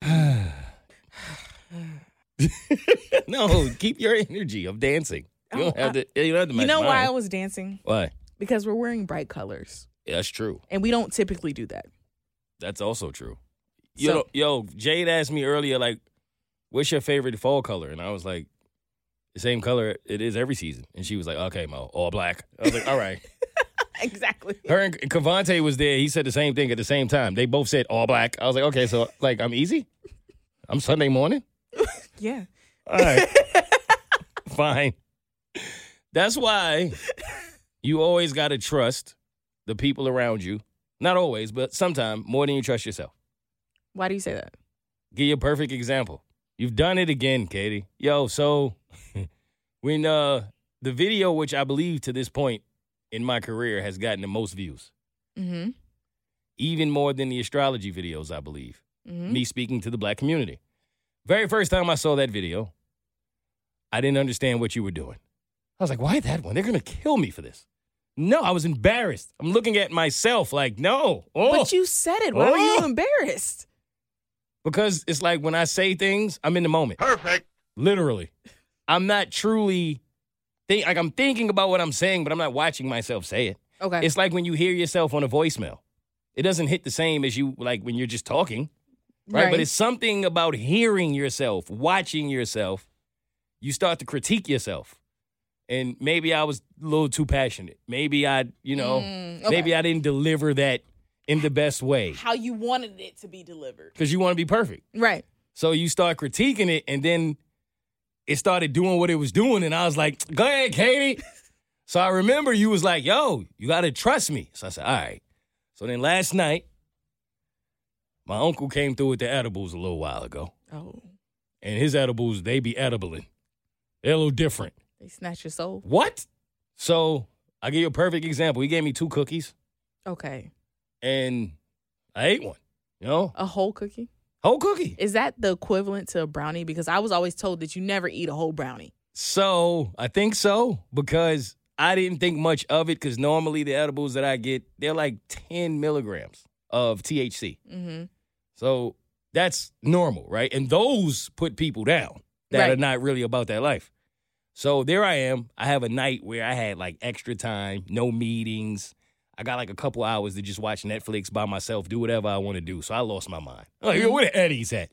no, keep your energy of dancing. You don't Oh, have to. You don't have to. you match know why I mine. was dancing? Why? Because we're wearing bright colors, Yeah, that's true. and we don't typically do that. That's also true. Yo, So- know, yo, Jade asked me earlier, like, what's your favorite fall color? And I was like, the same color it is every season. And she was like, okay, Mo, all black. I was like, all right. exactly. Her and Cavante was there. He said the same thing at the same time. They both said all black. I was like, okay, so like I'm easy. I'm Sunday morning. Yeah. All right. Fine. That's why you always got to trust the people around you. Not always, but sometimes more than you trust yourself. Why do you say that? Give you a perfect example. You've done it again, Katie. Yo, so when uh the video which I believe to this point in my career has gotten the most views, Mm-hmm. even more than the astrology videos, I believe. Mm-hmm. me speaking to the black community. Very first time I saw that video, I didn't understand what you were doing. I was like, why that one? They're going to kill me for this. No, I was embarrassed. I'm looking at myself like, no. Oh. But you said it. Why are Oh. you embarrassed? because it's like when I say things, I'm in the moment. Perfect. Literally. I'm not truly think like I'm thinking about what I'm saying, but I'm not watching myself say it. Okay. It's like when you hear yourself on a voicemail. It doesn't hit the same as you like when you're just talking. right? But it's something about hearing yourself, watching yourself. You start to critique yourself. And maybe I was a little too passionate. Maybe I, you know, Mm, okay. maybe I didn't deliver that in the best way how you wanted it to be delivered. because you want to be perfect. Right. So you start critiquing it, and then it started doing what it was doing, and I was like, "Go ahead, Katie." so I remember you was like, "Yo, you gotta trust me." So I said, "All right." So then last night, my uncle came through with the edibles a little while ago, Oh, and his edibles they be edibling. They're a little different. they snatched your soul. What? So I give you a perfect example. He gave me two cookies, Okay. and I ate one. You know, A whole cookie? whole cookie. Is that the equivalent to a brownie? Because I was always told that you never eat a whole brownie. So I think so because I didn't think much of it because normally the edibles that I get they're like ten milligrams of THC, Mm-hmm. so that's normal, right? And those put people down that Right. are not really about that life. So there I am. I have a night where I had like extra time, no meetings. I got like a couple hours to just watch Netflix by myself, do whatever I want to do. So I lost my mind. Like, yo, where the Eddie's at?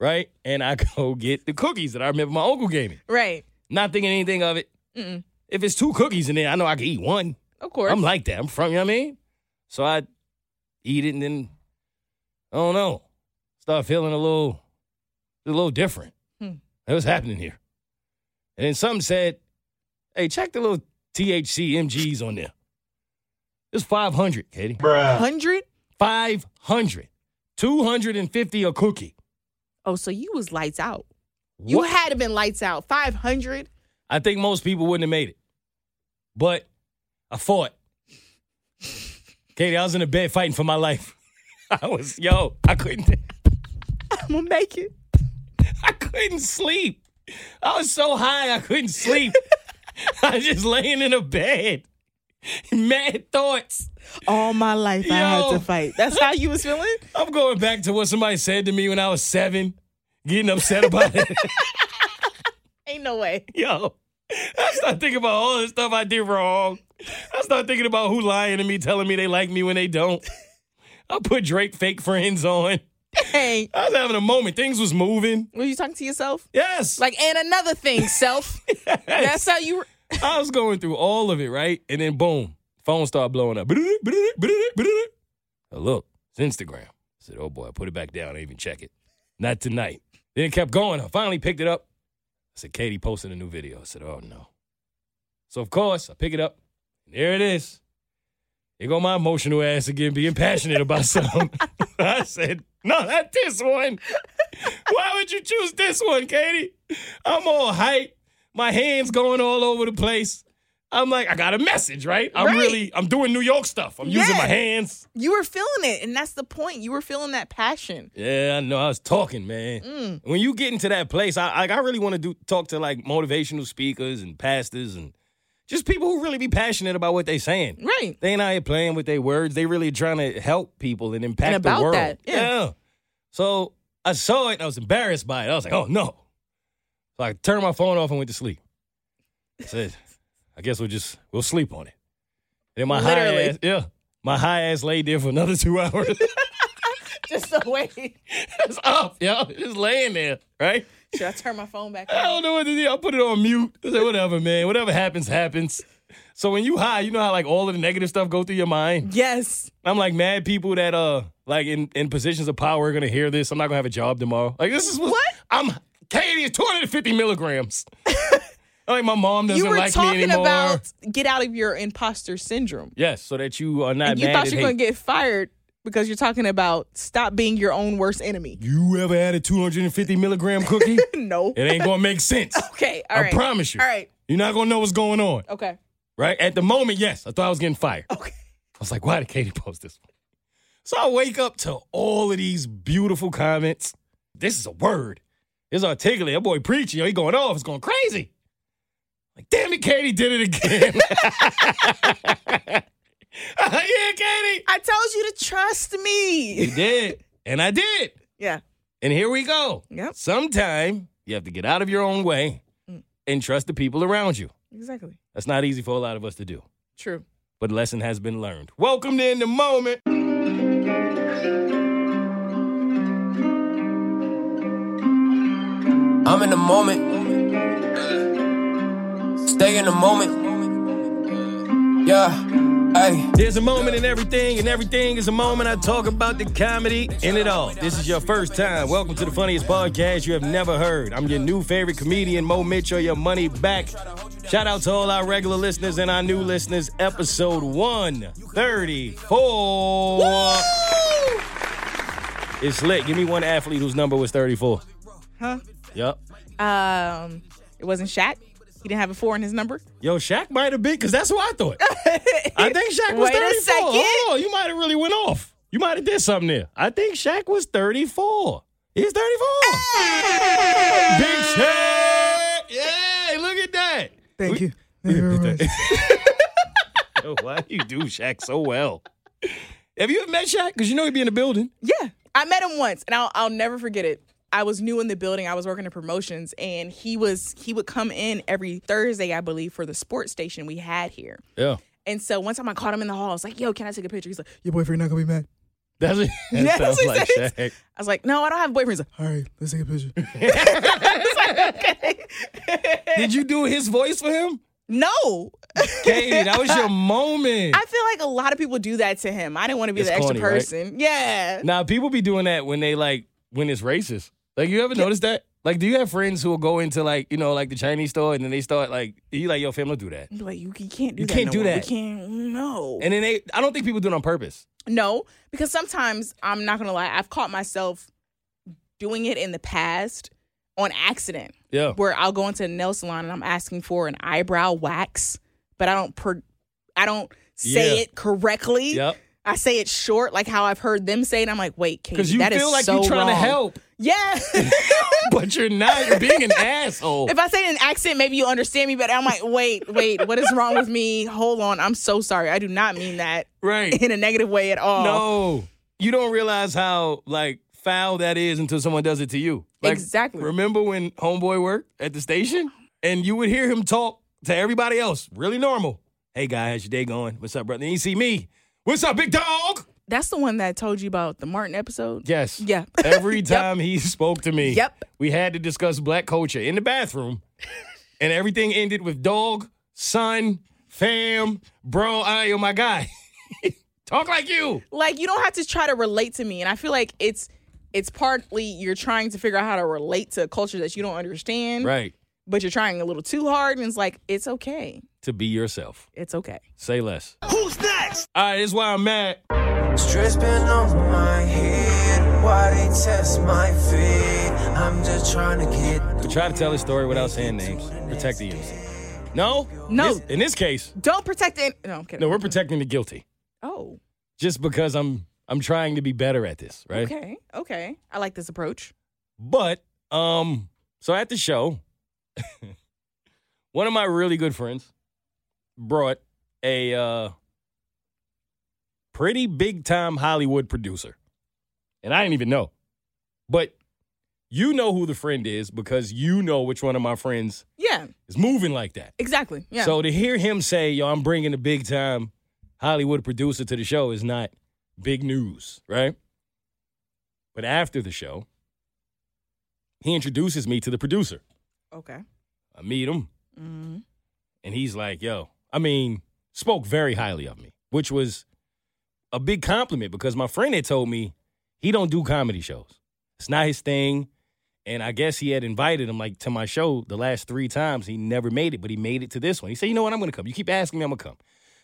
right? And I go get the cookies that I remember my uncle gave me Right. not thinking anything of it. Mm-mm. If it's two cookies in there, I know I can eat one. Of course. I'm like that. I'm from, you know what I mean? So I eat it and then, I don't know, start feeling a little, a little different. Hmm. What's happening here? And then some said, hey, check the little THC MGs on there. It's 500, Katie. Bruh. 100? 500. 250 a cookie. Oh, so you was lights out. You What? had to been lights out. 500? I think most people wouldn't have made it. But I fought. Katie, I was in the bed fighting for my life. I was, yo, I couldn't I'm going to make it. I couldn't sleep. I was so high I couldn't sleep. I was just laying in a bed. Mad thoughts. All my life I had Yo. to fight. That's how you was feeling? I'm going back to what somebody said to me when I was seven, getting upset about it. Ain't no way. Yo, I start thinking about all the stuff I did wrong. I start thinking about who lying to me, telling me they like me when they don't. I put Drake fake friends on. Hey, I was having a moment. Things was moving. were you talking to yourself? Yes. Like, and another thing, self. That's how you were. I was going through all of it, right? And then boom, phone started blowing up. I look, it's Instagram. I said, oh boy, I put it back down. I didn't even check it. Not tonight. Then it kept going. I finally picked it up. I said, Katie posted a new video. I said, oh no. So of course, I pick it up. There it is. Here go my emotional ass again, being passionate about something. I said, no, not this one. Why would you choose this one, Katie? I'm all hype. My hands going all over the place. I'm like, I got a message, right? I'm Right. really, I'm doing New York stuff. I'm using my Yeah. hands. You were feeling it, and that's the point. You were feeling that passion. Yeah, I know. I was talking, man. Mm. When you get into that place, I like, I really want to do talk to like motivational speakers and pastors and just people who really be passionate about what they saying. Right. They ain't out here playing with their words. They really trying to help people and impact And about the world. that, yeah. So I saw it. I was embarrassed by it. I was like, oh no. Like, turned my phone off and went to sleep. I said, I guess we'll just we'll sleep on it. Then my high Literally. ass, yeah, my high ass laid there for another two hours. Just away. it's up, yo, just laying there, right? Should I turn my phone back I on? don't know what to do. I put it on mute. I said, whatever, man. Whatever happens, happens. So when you high, you know how like all of the negative stuff go through your mind. Yes. I'm like mad people that uh like in, in positions of power are gonna hear this. I'm not gonna have a job tomorrow. Like this is what, What? I'm Katie is 250 milligrams. like my mom doesn't You were like me talking anymore. about get out of your imposter syndrome. yes, so that you are not you mad thought at you were hate. going to get fired because you're talking about stop being your own worst enemy. you ever had a 250 milligram cookie? it No. ain't gonna make sense. Okay. All I right. promise you. All right. You're not gonna know what's going on. Okay. Right? At the moment, yes. I thought I was getting fired. Okay. I was like, why did Katie post this one? So I wake up to all of these beautiful comments. This is a word. It's articulate. That boy preaching. Yo, he going off. It's going crazy. Like, damn it, Katie did it again. Uh, yeah, Katie. I told you to trust You me. did. And I did. Yeah. And here we go. Yep. Sometime you have to get out of your own way Mm. and trust the people around you. Exactly. That's not easy for a lot of us to do. True. but lesson has been learned. Welcome to In the Moment. I'm in the moment. Stay in the moment. Yeah, hey. There's a moment in everything, and everything is a moment. I talk about the comedy in it all. This is your first time. Welcome to the funniest podcast you have never heard. I'm your new favorite comedian, Mo Mitchell, your money back. Shout out to all our regular listeners and our new listeners. Episode 134. It's lit. Give me one athlete whose number was 34. Huh? Yep. Um, it wasn't Shaq. He didn't have a four in his number. Yo, Shaq might have been, because that's what I thought. I think Shaq was Wait a 34. second. Hold on, you might have really went off. You might have did something there. I think Shaq was 34. He's 34. Big Shaq. Yeah, look at that. Thank you. Yo, why you do Shaq so well? Have you ever met Shaq? Because you know he'd be in the building. Yeah. I met him once and I'll, I'll never forget it. I was new in the building. I was working in promotions and he was he would come in every Thursday, I believe, for the sports station we had here. Yeah. And so one time I caught him in the hall. I was like, yo, can I take a picture? He's like, Your boyfriend not gonna be mad. That's it. That Yes, sounds he like says. Shaq. I was like, no, I don't have a boyfriend. He's like, All right, let's take a picture. Did you do his voice for him? no. Katie, that was your moment. I feel like a lot of people do that to him. I didn't want to be It's the extra corny, right? person. Yeah. Now people be doing that when they like when it's racist. Like you ever notice that? Like, do you have friends who will go into like you know like the Chinese store and then they start like you like yo fam don't do that. I'm Like you, you can't do You that. can't no do more. that. We can't. No. And then they I don't think people do it on purpose. No, because sometimes I'm not gonna lie, I've caught myself doing it in the past on accident, Yeah. where I'll go into a nail salon and I'm asking for an eyebrow wax, but I don't per- I don't say Yeah. it correctly. Yep. I say it short, like how I've heard them say it. I'm like, wait, Katie, Because you that is feel like so you're trying to wrong. help, Yeah. but you're not. You're being an asshole. if I say it in an accent, maybe you understand me better. I'm like, wait, wait, what is wrong with me? Hold on, I'm so sorry. I do not mean that Right. in a negative way at all. No. You don't realize how like foul that is until someone does it to you. Like, Exactly. Remember when homeboy worked at the station and you would hear him talk to everybody else, really normal. Hey guy, how's your day going? What's up, brother? Then you see me. What's up, big dog? That's the one that I told you about the Martin episode. Yes. Yeah. Every time he spoke to me, Yep. we had to discuss black culture in the bathroom, and everything ended with dog, son, fam, bro. I am my guy. Talk like you. like you don't have to try to relate to me and i feel like it's it's partly you're trying to figure out how to relate to a culture that you don't understand Right. but you're trying a little too hard and it's like it's okay To be yourself. it's okay Say less. Who's next? All right, this is why I'm mad. Stress been on my head. Why they test my feet? I'm just trying to get. We try to tell his story without saying names. Protect the innocent. No? No. This- in this case, don't protect it no i'm kidding no, we're protecting the guilty. oh Just because I'm I'm trying to be better at this, right? okay okay i like this approach But um, so at the show, one of my really good friends brought a uh, pretty big time Hollywood producer, and I didn't even know. But You know who the friend is because you know which one of my friends Yeah, is moving like that. exactly. Yeah. So to hear him say, yo, I'm bringing a big time Hollywood producer to the show is not big news, right? But after the show, he introduces me to the producer. okay. I meet him, hmm and he's like, yo, I mean, spoke very highly of me, which was a big compliment because my friend had told me he don't do comedy shows. It's not his thing. And I guess he had invited him like to my show the last three times. He never made it, but he made it to this one. He said, you know what, I'm gonna come. You keep asking me, I'm gonna come.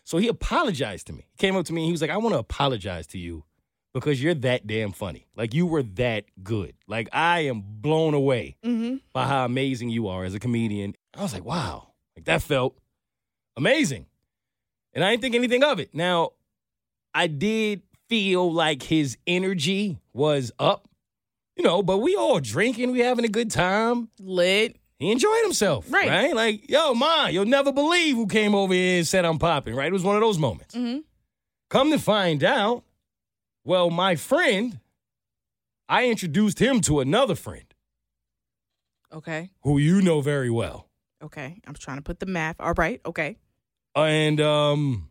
So he apologized to me. He came up to me and he was like, I wanna apologize to you because you're that damn funny. Like you were that good. Like I am blown away hmm by how amazing you are as a comedian. I was like, wow, like that felt amazing. And I didn't think anything of it. Now, I did feel like his energy was up, you know, but we all drinking, we having a good time. Lit. He enjoyed himself, right? Right. Like, yo, ma, you'll never believe who came over here and said I'm popping, right? It was one of those moments. hmm Come to find out, well, my friend, I introduced him to another friend Okay. who you know very well. Okay. I'm trying to put the math. All right. Okay. And um,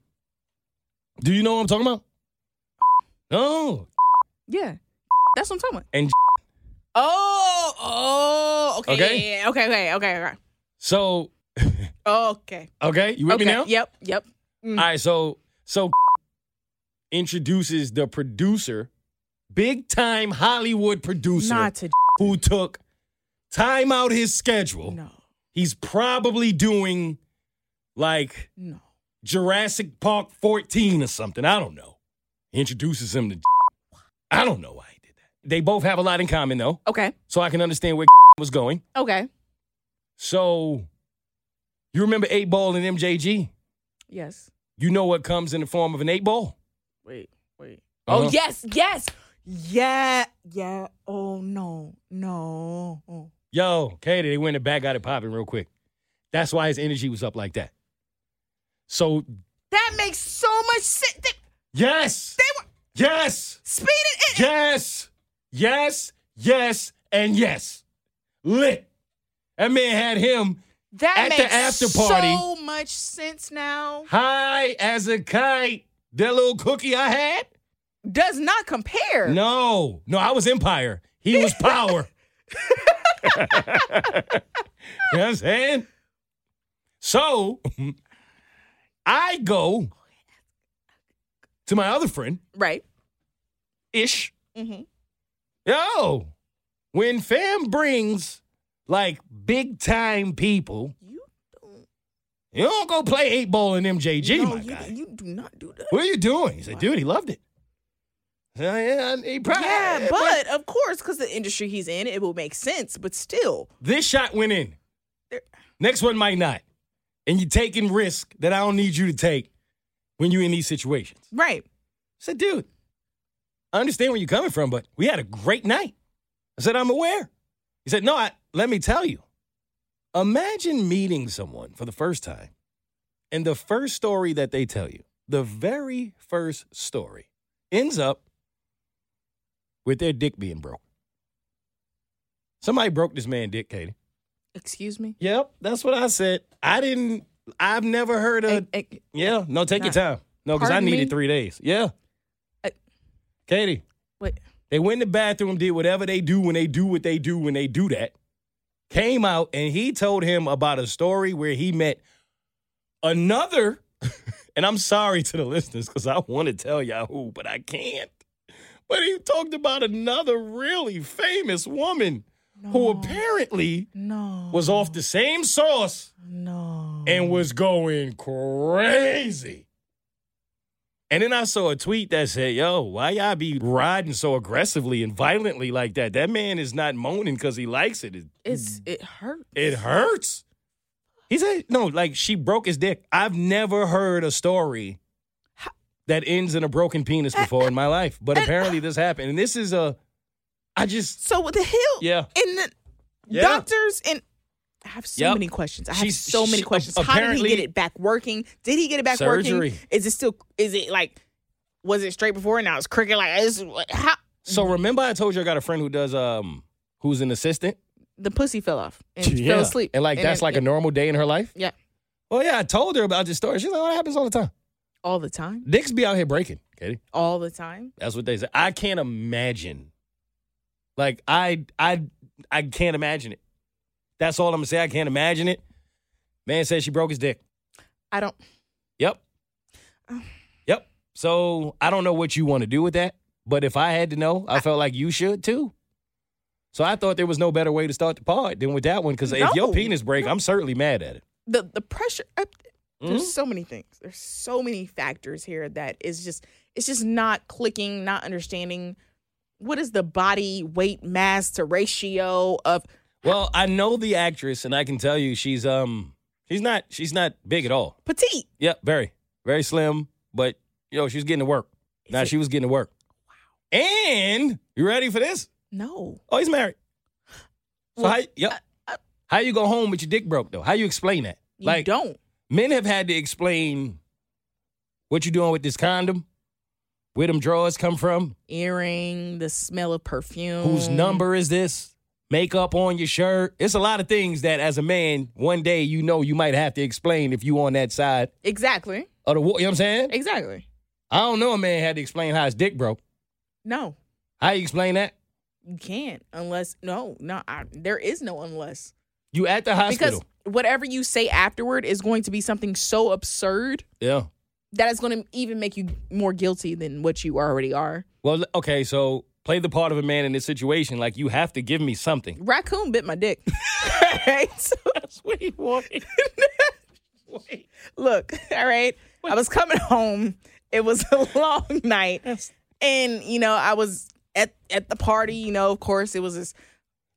do you know what I'm talking about? No. Yeah. That's what I'm talking about. And Oh. Oh. Okay. Okay. Yeah, yeah, Okay. Okay. Okay. Okay. so, Okay. okay, you with okay. me now? Yep. Yep. All right. So, so introduces the producer, big time Hollywood producer, Not to. who took time out his schedule. No. He's probably doing like No. Jurassic Park 14 or something. I don't know. Introduces him to. I don't know why he did that. They both have a lot in common though. Okay. so I can understand where was going. Okay. So, you remember eight ball and MJG? Yes. You know what comes in the form of an eight ball? Wait. Wait. Uh-huh. Oh yes. Yes. Yeah. Yeah. Oh no. No. Oh. Yo, Katie, they went and back got it popping real quick. That's why his energy was up like that. So, That makes so much sense. They, yes, they were yes, speeding it. yes, yes, yes, and yes. Lit. That man had him That At the makes after party. so much sense now. high as a kite. That little cookie I had? Does not compare. No, no, I was Empire. He was Power. you know what I'm saying? So I go to my other friend, Right. Ish. Mm-hmm. Yo, when fam brings like big time people, You don't. you don't go play eight ball in MJG, no, my you, guy. you do not do that. what are you doing? He said, dude, he loved it. I said, yeah, he probably, Yeah, but of course, because the industry he's in, it will make sense. But still, This shot went in. There- Next one might not. And you're taking risk that I don't need you to take when you're in these situations. I right? said, dude, I understand where you're coming from, but we had a great night. I said, I'm aware. He said, no, I, let me tell you. Imagine meeting someone for the first time, and the first story that they tell you, the very first story, ends up with their dick being broke. Somebody broke this man dick, Katie. Excuse me. Yep, that's what I said. I didn't. I've never heard of. Eh, eh, yeah, no, take your Nah. time. No, because I Pardon needed me? three days. Yeah, I- Katie, wait. they went in the bathroom, did whatever they do when they do what they do when they do that. Came out and he told him about a story where he met another. and I'm sorry to the listeners because I want to tell y'all who, but I can't. But he talked about another really famous woman who apparently No. was off the same sauce no. and was going crazy. And then I saw a tweet that said, "Yo, why y'all be riding so aggressively and violently like that? That man is not moaning because he likes it. it. It's it hurt. It hurts." He said, "No, like she broke his dick. I've never heard a story that ends in a broken penis before in my life, but apparently this happened. And this is a, I just So with the heel, Yeah. and the Yeah. doctors and. I have so Yep. many questions. I have She's- so many she- questions. How did he apparently- get it back working? Did he get it back Surgery. working? Is it still? Is it like? Was it straight before and now it's crooked? Like, it's, how? so remember I told you I got a friend who does um who's an assistant. The pussy fell off and fell asleep. And like that's it- like a normal day in her life. Yeah. Well, yeah, I told her about this story. She's like, "Oh, that happens all the time. all the time, Dicks be out here breaking, Katie. all the time. That's what they say. I can't imagine. Like I, I, I can't imagine it. That's all I'm gonna say. I can't imagine it. Man says she broke his dick. I don't. Yep. Yep. So I don't know what you want to do with that, but if I had to know, I felt like you should too. So I thought there was no better way to start the pod than with that one because if your No. penis break, I'm certainly mad at it. the the pressure up Mhm. there's so many things there's so many factors here that is just it's just not clicking not understanding what is the body weight mass to ratio of Well, I know the actress, and I can tell you she's um she's not she's not big at all. petite Yeah, very very slim, but yo, she's getting to work. Now nah, she was getting to work. Wow. And you ready for this? no Oh, he's married. So Well, how yep. how you go home with your dick broke though? How you explain that? you don't men have had to explain what you doing with this condom, where them drawers come from, earring the smell of perfume whose number is this, makeup on your shirt. It's a lot of things that, as a man, one day you know you might have to explain if you on that side exactly of the war. You know what I'm saying? exactly I don't know. A man had to explain how his dick broke. no How you explain that? you can't unless no no I, there is no unless You at the hospital? because whatever you say afterward is going to be something so absurd yeah. that is going to even make you more guilty than what you already are Well, okay. So play the part of a man in this situation. Like you have to give me something. raccoon bit my dick. Right? So- Wait, wait, wait. look, all right. I was coming home. It was a long night. And, you know, I was at at the party, you know, of course, it was this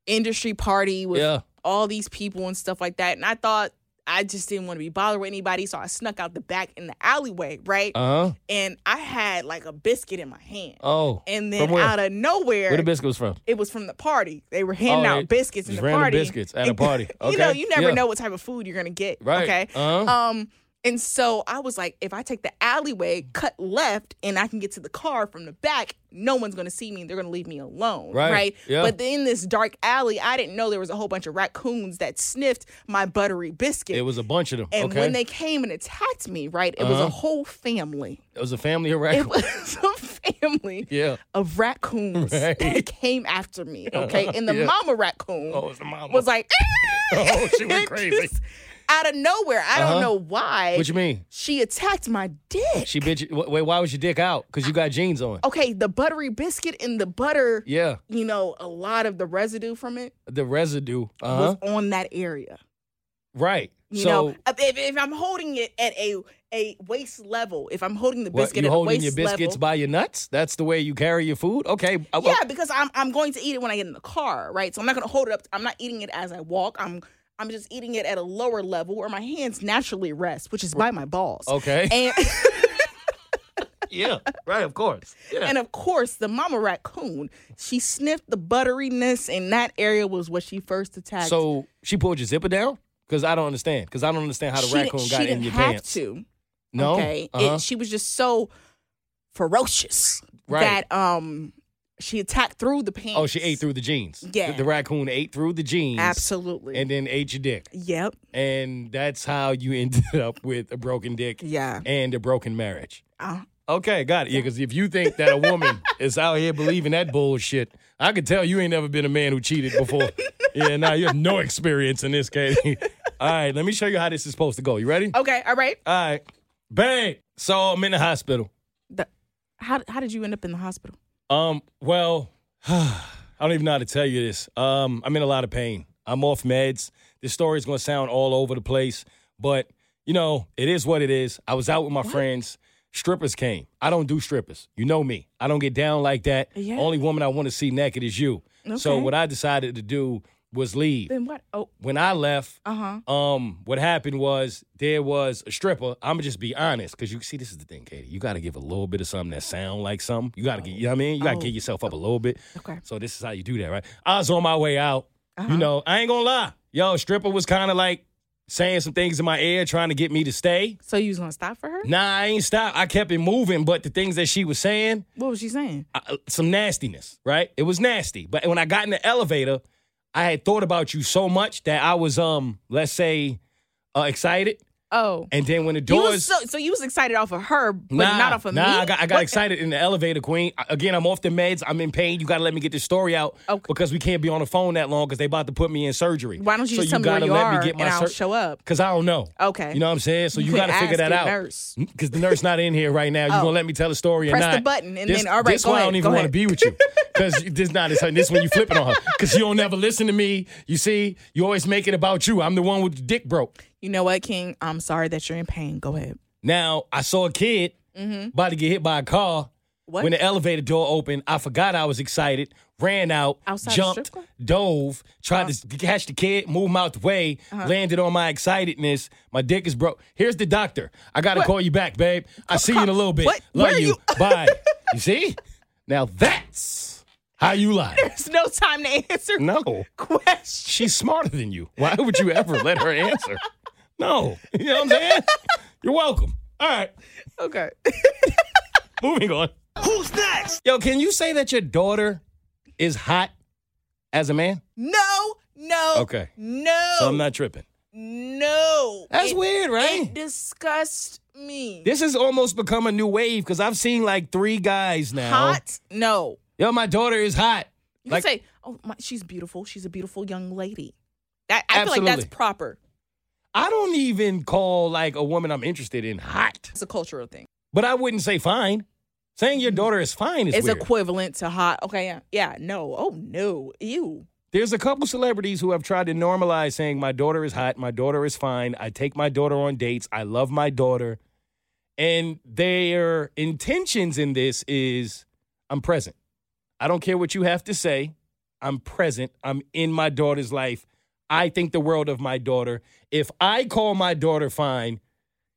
industry party with Yeah. all these people and stuff like that. And I thought I just didn't want to be bothered with anybody, so I snuck out the back in the alleyway, right? Uh huh. and I had like a biscuit in my hand. Oh. and from then where? out of nowhere, Where the biscuit was from? it was from the party. They were handing Oh, out they biscuits in just the random party. biscuits at a party. you know, Okay. you never Yeah. know what type of food you're gonna get. Right. Okay. Uh-huh. Um, and so I was like, if I take the alleyway, cut left, and I can get to the car from the back, no one's gonna see me. They're gonna leave me alone. Right. Yeah. But in this dark alley, I didn't know there was a whole bunch of raccoons that sniffed my buttery biscuit. It was a bunch of them. and okay. Uh-huh. when they came and attacked me, right, it was a whole family. it was a family of raccoons. It was a family yeah. of raccoons Right. that came after me. Okay. And the Yeah. mama raccoon Oh, it was the mama. was like, Oh, she went It crazy. just- out of nowhere. I Uh-huh. don't know why. What you mean? She attacked my dick. She bitch. wh- Wait, why was your dick out? Because you got jeans on. okay. The buttery biscuit and the butter, Yeah. you know, a lot of the residue from it The residue. Uh huh. was on that area. Right. You so know, if, if I'm holding it at a a waist level, if I'm holding the what, biscuit you at a holding waist your biscuits level, by your nuts? That's the way you carry your food. Okay. I- well, Yeah, because I'm I'm going to eat it when I get in the car, right? So I'm not gonna hold it up. I'm not eating it as I walk. I'm I'm just eating it at a lower level where my hands naturally rest, which is by my balls. Okay. And yeah. Right. Of course. Yeah. and of course, the mama raccoon, she sniffed the butteriness, and that area was what she first attacked. so she pulled your zipper down because I don't understand because I don't understand how the she raccoon didn't, got she in didn't your have pants. to. No. Okay. Uh-huh. It, she was just so ferocious Right. that um she attacked through the pants. oh, she ate through the jeans. Yeah. The, the raccoon ate through the jeans. Absolutely. And then ate your dick. yep. and that's how you ended up with a broken dick Yeah. and a broken marriage. Uh, Okay, got it. Yeah, because if you think that a woman is out here believing that bullshit, I could tell you ain't never been a man who cheated before. yeah, now you have no experience in this case. All right, let me show you how this is supposed to go. You ready? okay. All right. All right, bang. So I'm in the hospital. The, how how did you end up in the hospital? Um, well, I don't even know how to tell you this. Um, I'm in a lot of pain. I'm off meds. This story's gonna sound all over the place, but you know, it is what it is. I was out with my friends. Strippers came. I don't do strippers. You know me. I don't get down like that. Yeah. Only woman I want to see naked is you. So Okay. what I decided to do was leave. Then what? Oh, When I left, uh huh. um, what happened was there was a stripper. I'm gonna just be honest, cause you see, this is the thing, Katie. You gotta give a little bit of something that sound like something. You gotta get, you know what I mean? You gotta Oh. get yourself up a little bit. Okay. So this is how you do that, right? I was on my way out. You know, I ain't gonna lie, yo, stripper was kind of like saying some things in my ear, trying to get me to stay. So you was gonna stop for her? Nah, I ain't stop. I kept it moving, but the things that she was saying, What was she saying? I, uh, some nastiness, right? It was nasty. But when I got in the elevator, I had thought about you so much that I was, um, let's say, uh, excited. Oh, And then when the you doors, was so, so you was excited off of her, but nah, not off of nah, me. I got, I got What- excited in the elevator, Queen. I- Again, I'm off the meds. I'm in pain. You got to let me get this story out Okay. because we can't be on the phone that long because they about to put me in surgery. Why don't you so just tell me where gotta you let are me get my and I'll sur- show up? Cause I don't know. Okay. You know what I'm saying? So you, could got to figure ask that the out. Mm, nurse. Cause the nurse not in here right now. You Oh. gonna let me tell the story or Press not? the button and this, then, all right, This go why I ahead, don't even go wanna ahead. be with you. Cause you- this not this, this when you flipping on her. Cause you don't never listen to me. You see, you always make it about you. I'm the one with the dick broke. You know what, King? I'm sorry that you're in pain. Go ahead. Now I saw a kid about to get hit by a car. Mm-hmm. What? When the elevator door opened, I forgot I was excited, ran out, Outside the jumped, strip club? Oh. dove, tried to catch the kid, move him out the way, Uh-huh. landed on my excitedness. My dick is broke. Here's the doctor. I got to What? call you back, babe. I see you in a little bit. What? Love Where are you. you- Bye. you see? Now that's how you lie. There's no time to answer No. questions. She's smarter than you. Why would you ever let her answer? No. You know what I'm saying? You're welcome. All right. Okay. Moving on. Who's next? Yo, can you say that your daughter is hot as a man? No, no. Okay. No. So I'm not tripping. No. That's It- weird, right? It disgusts me. This has almost become a new wave because I've seen like three guys now. Hot? No. Yo, my daughter is hot. You Like- can say, "Oh, my, she's beautiful. She's a beautiful young lady." That, I feel like Absolutely. that's proper. I don't even call like a woman I'm interested in hot, It's a cultural thing. but I wouldn't say fine. Saying your daughter is fine is It's, weird. equivalent to hot. Okay, yeah, yeah. No. Oh no. Ew. There's a couple celebrities who have tried to normalize saying my daughter is hot, my daughter is fine, I take my daughter on dates, I love my daughter. And their intentions in this is I'm present. I don't care what you have to say. I'm present. I'm in my daughter's life. I think the world of my daughter. If I call my daughter fine,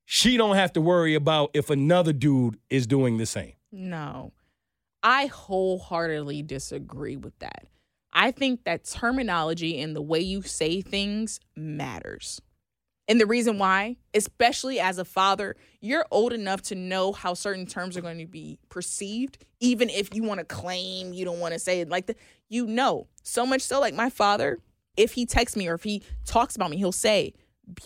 she don't have to worry about if another dude is doing the same. No. I wholeheartedly disagree with that. I think that terminology and the way you say things matters. And the reason why, especially as a father, you're old enough to know how certain terms are going to be perceived, even if you want to claim you don't want to say it like that. You know, so much so, like my father, if he texts me or if he talks about me, he'll say,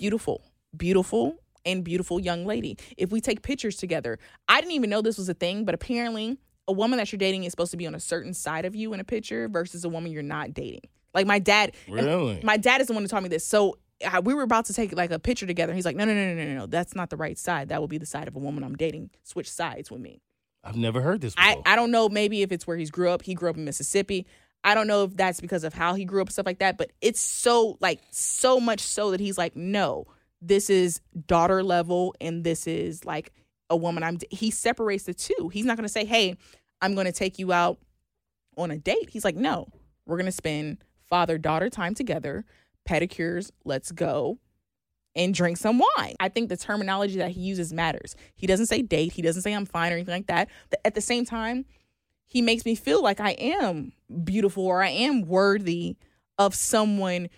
beautiful, beautiful, and beautiful young lady. If we take pictures together, I didn't even know this was a thing, but apparently, a woman that you're dating is supposed to be on a certain side of you in a picture versus a woman you're not dating. Like my dad, Really? my dad is the one who taught me this. So I, we were about to take like a picture together. He's like, no, no, no, no, no, no. That's not the right side. That would be the side of a woman I'm dating. Switch sides with me. I've never heard this I, before. I don't know. Maybe if it's where he's grew up. He grew up in Mississippi. I don't know if that's because of how he grew up, stuff like that. But it's so like so much so that he's like, no, this is daughter level, and this is like a woman. I'm. d-" He separates the two. He's not gonna say, hey, I'm gonna take you out on a date. He's like, no, we're gonna spend father daughter time together, pedicures. Let's go and drink some wine. I think the terminology that he uses matters. He doesn't say date, he doesn't say I'm fine or anything like that. But at the same time, he makes me feel like I am beautiful or I am worthy of someone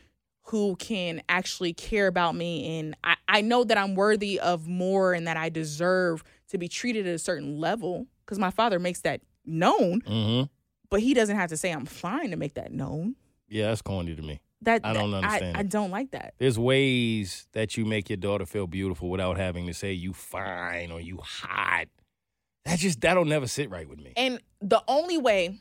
who can actually care about me. And I, I know that I'm worthy of more and that I deserve to be treated at a certain level because my father makes that known, mm-hmm. but he doesn't have to say I'm fine to make that known. Yeah, that's corny to me. That I don't that- understand I, it. don't like that. There's ways that you make your daughter feel beautiful without having to say you fine or you hot. That just that'll never sit right with me. And the only way,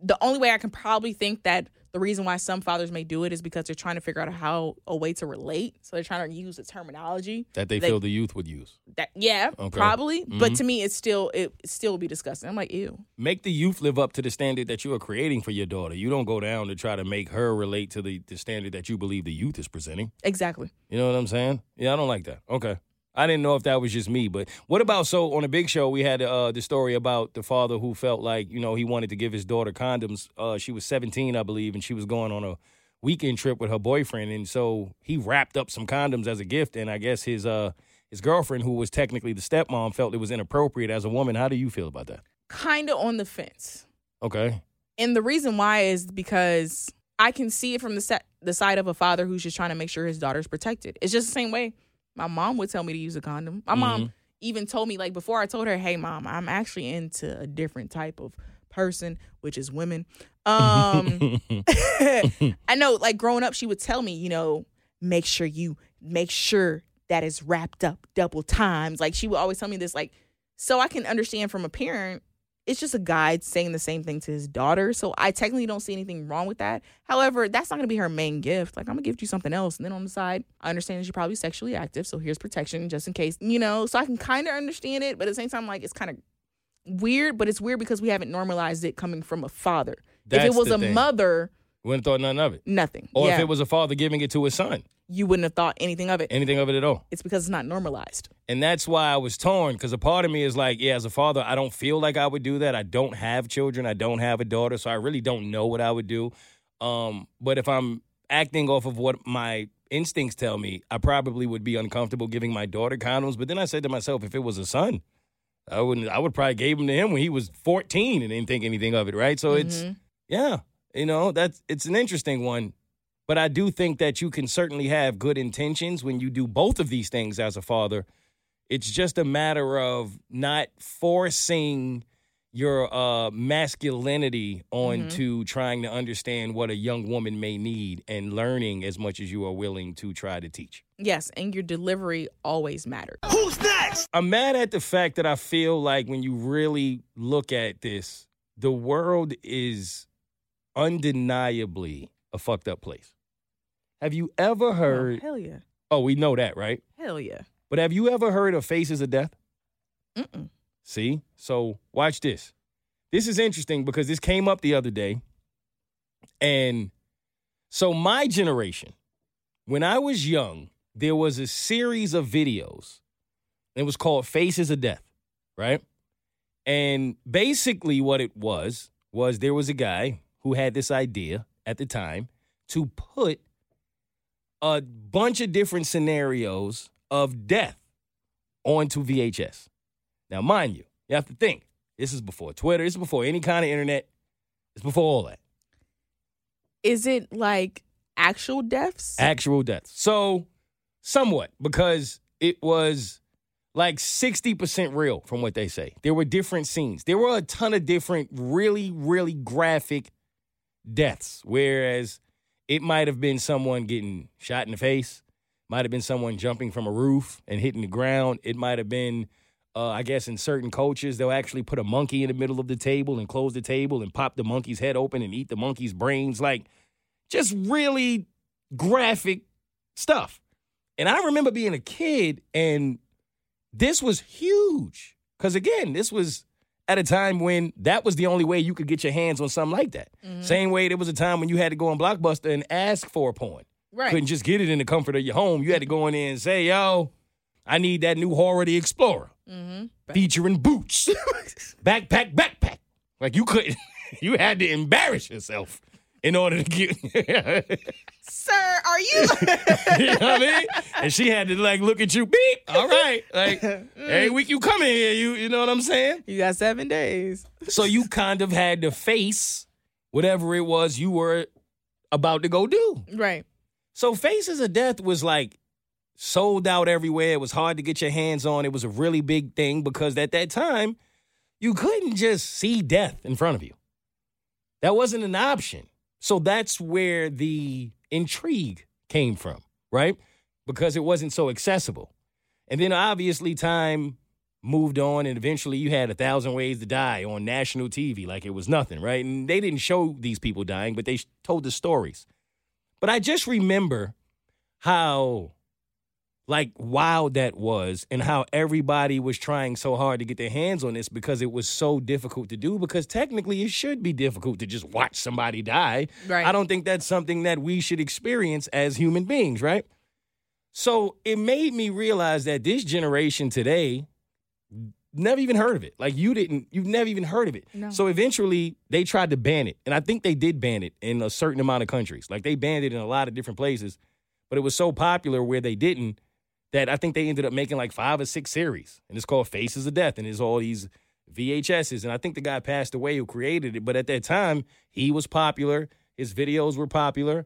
the only way I can probably think that the reason why some fathers may do it is because they're trying to figure out how a way to relate. So they're trying to use the terminology That they They- feel the youth would use. that, yeah, Okay. probably. Mhm. But to me, it's still it still would be disgusting. I'm like, ew. Make the youth live up to the standard that you are creating for your daughter. You don't go down to try to make her relate to the, the standard that you believe the youth is presenting. Exactly. You know what I'm saying? Yeah, I don't like that. Okay. I didn't know if that was just me, but what about so on the big show we had uh, the story about the father who felt like you know he wanted to give his daughter condoms. Uh, she was 17, I believe, and she was going on a weekend trip with her boyfriend, and so he wrapped up some condoms as a gift. And I guess his uh, his girlfriend, who was technically the stepmom, felt it was inappropriate as a woman. How do you feel about that? Kind of on the fence. Okay, And the reason why is because I can see it from the set. the side of a father who's just trying to make sure his daughter's protected. It's just the same way my mom would tell me to use a condom. My mom even told me like before I told her, "Hey mom, I'm actually into a different type of person, which is women." Um I know, like growing up, she would tell me, you know, make sure you make sure that it's wrapped up double times. Like she would always tell me this, like, so I can understand from a parent, it's just a guy saying the same thing to his daughter. So I technically don't see anything wrong with that. However, that's not gonna be her main gift. Like, I'm gonna gift you something else. And then on the side, I understand that you're probably sexually active. So here's protection just in case, you know. So I can kind of understand it, but at the same time, like it's kind of weird, but it's weird because we haven't normalized it coming from a father. if That's it was the a thing. mother, Wouldn't thought nothing of it. nothing. Or yeah. if it was a father giving it to his son, you wouldn't have thought anything of it. anything of it at all. It's because it's not normalized. And that's why I was torn because a part of me is like, yeah, as a father, I don't feel like I would do that. I don't have children. I don't have a daughter. So I really don't know what I would do. Um, but if I'm acting off of what my instincts tell me, I probably would be uncomfortable giving my daughter condoms. But then I said to myself, if it was a son, I wouldn't, I would probably gave him to him when he was 14 and didn't think anything of it. Right. So it's, Mhm. yeah, you know, that's it's an interesting one. But I do think that you can certainly have good intentions when you do both of these things as a father. It's just a matter of not forcing your uh, masculinity onto trying to understand what a young woman may need and learning as much as you are willing to try to teach. yes, and your delivery always mattered. Oh, I'm mad at the fact that I feel like when you really look at this, the world is undeniably a fucked up place. Have you ever Oh, heard? hell yeah, Oh, we know that, right? hell yeah. But have you ever heard of Faces of Death? Mm-mm. See? So watch this. This is interesting because this came up the other day. And so my generation, when I was young, there was a series of videos. It was called Faces of Death, right? And basically what it was was there was a guy who had this idea at the time to put a bunch of different scenarios of death onto VHS. Now, mind you, you have to think. This is before Twitter. This is before any kind of internet. It's before all that. Is it like actual deaths? Actual deaths. So, somewhat, because it was like 60% real from what they say. There were different scenes. There were a ton of different, really, really graphic deaths. Whereas it might have been someone getting shot in the face, might have been someone jumping from a roof and hitting the ground. It might have been, uh, I guess, in certain cultures, they'll actually put a monkey in the middle of the table and close the table and pop the monkey's head open and eat the monkey's brains. Like, just really graphic stuff. And I remember being a kid, and this was huge. Because again, this was at a time when that was the only way you could get your hands on something like that. Same way there was a time when you had to go on Blockbuster and ask for a porn. right. Couldn't just get it in the comfort of your home. You had to go in there and say, yo, I need that new horror the explorer mm-hmm. featuring boots. backpack, backpack. Like you couldn't you had to embarrass yourself in order to get Sir, are you? you know what I mean? And she had to like look at you, beep, all right. Like every week you come in here, you you know what I'm saying? you got seven days. So you kind of had to face whatever it was you were about to go do. Right. So Faces of Death was like sold out everywhere. It was hard to get your hands on. It was a really big thing because at that time, you couldn't just see death in front of you. That wasn't an option. So that's where the intrigue came from, right? Because it wasn't so accessible. And then obviously time moved on and eventually you had a thousand ways to die on national TV like it was nothing, right? And they didn't show these people dying, but they sh- told the stories. But I just remember how like wild that was and how everybody was trying so hard to get their hands on this because it was so difficult to do because technically it should be difficult to just watch somebody die. Right. I don't think that's something that we should experience as human beings, right? So it made me realize that this generation today never even heard of it. Like you didn't, you've never even heard of it. No. So eventually they tried to ban it. And I think they did ban it in a certain amount of countries. Like they banned it in a lot of different places, but it was so popular where they didn't that I think they ended up making like five or six series. And it's called Faces of Death. And it's all these VHSs. And I think the guy passed away who created it. But at that time, he was popular. His videos were popular.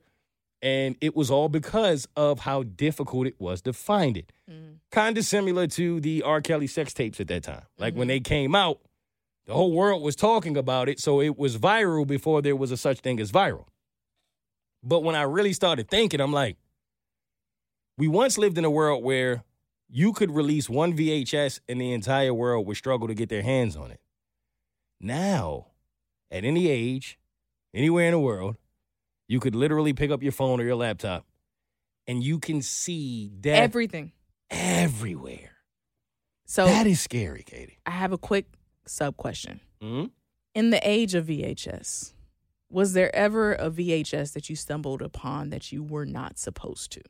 And it was all because of how difficult it was to find it. Kind of similar to the R. Kelly sex tapes at that time. Like when they came out, the whole world was talking about it, so it was viral before there was a such thing as viral. But when I really started thinking, I'm like, we once lived in a world where you could release one VHS and the entire world would struggle to get their hands on it. Now, at any age, anywhere in the world, you could literally pick up your phone or your laptop and you can see death Everything. everywhere. So that is scary, Katie. I have a quick sub question. hmm In the age of VHS, was there ever a VHS that you stumbled upon that you were not supposed to?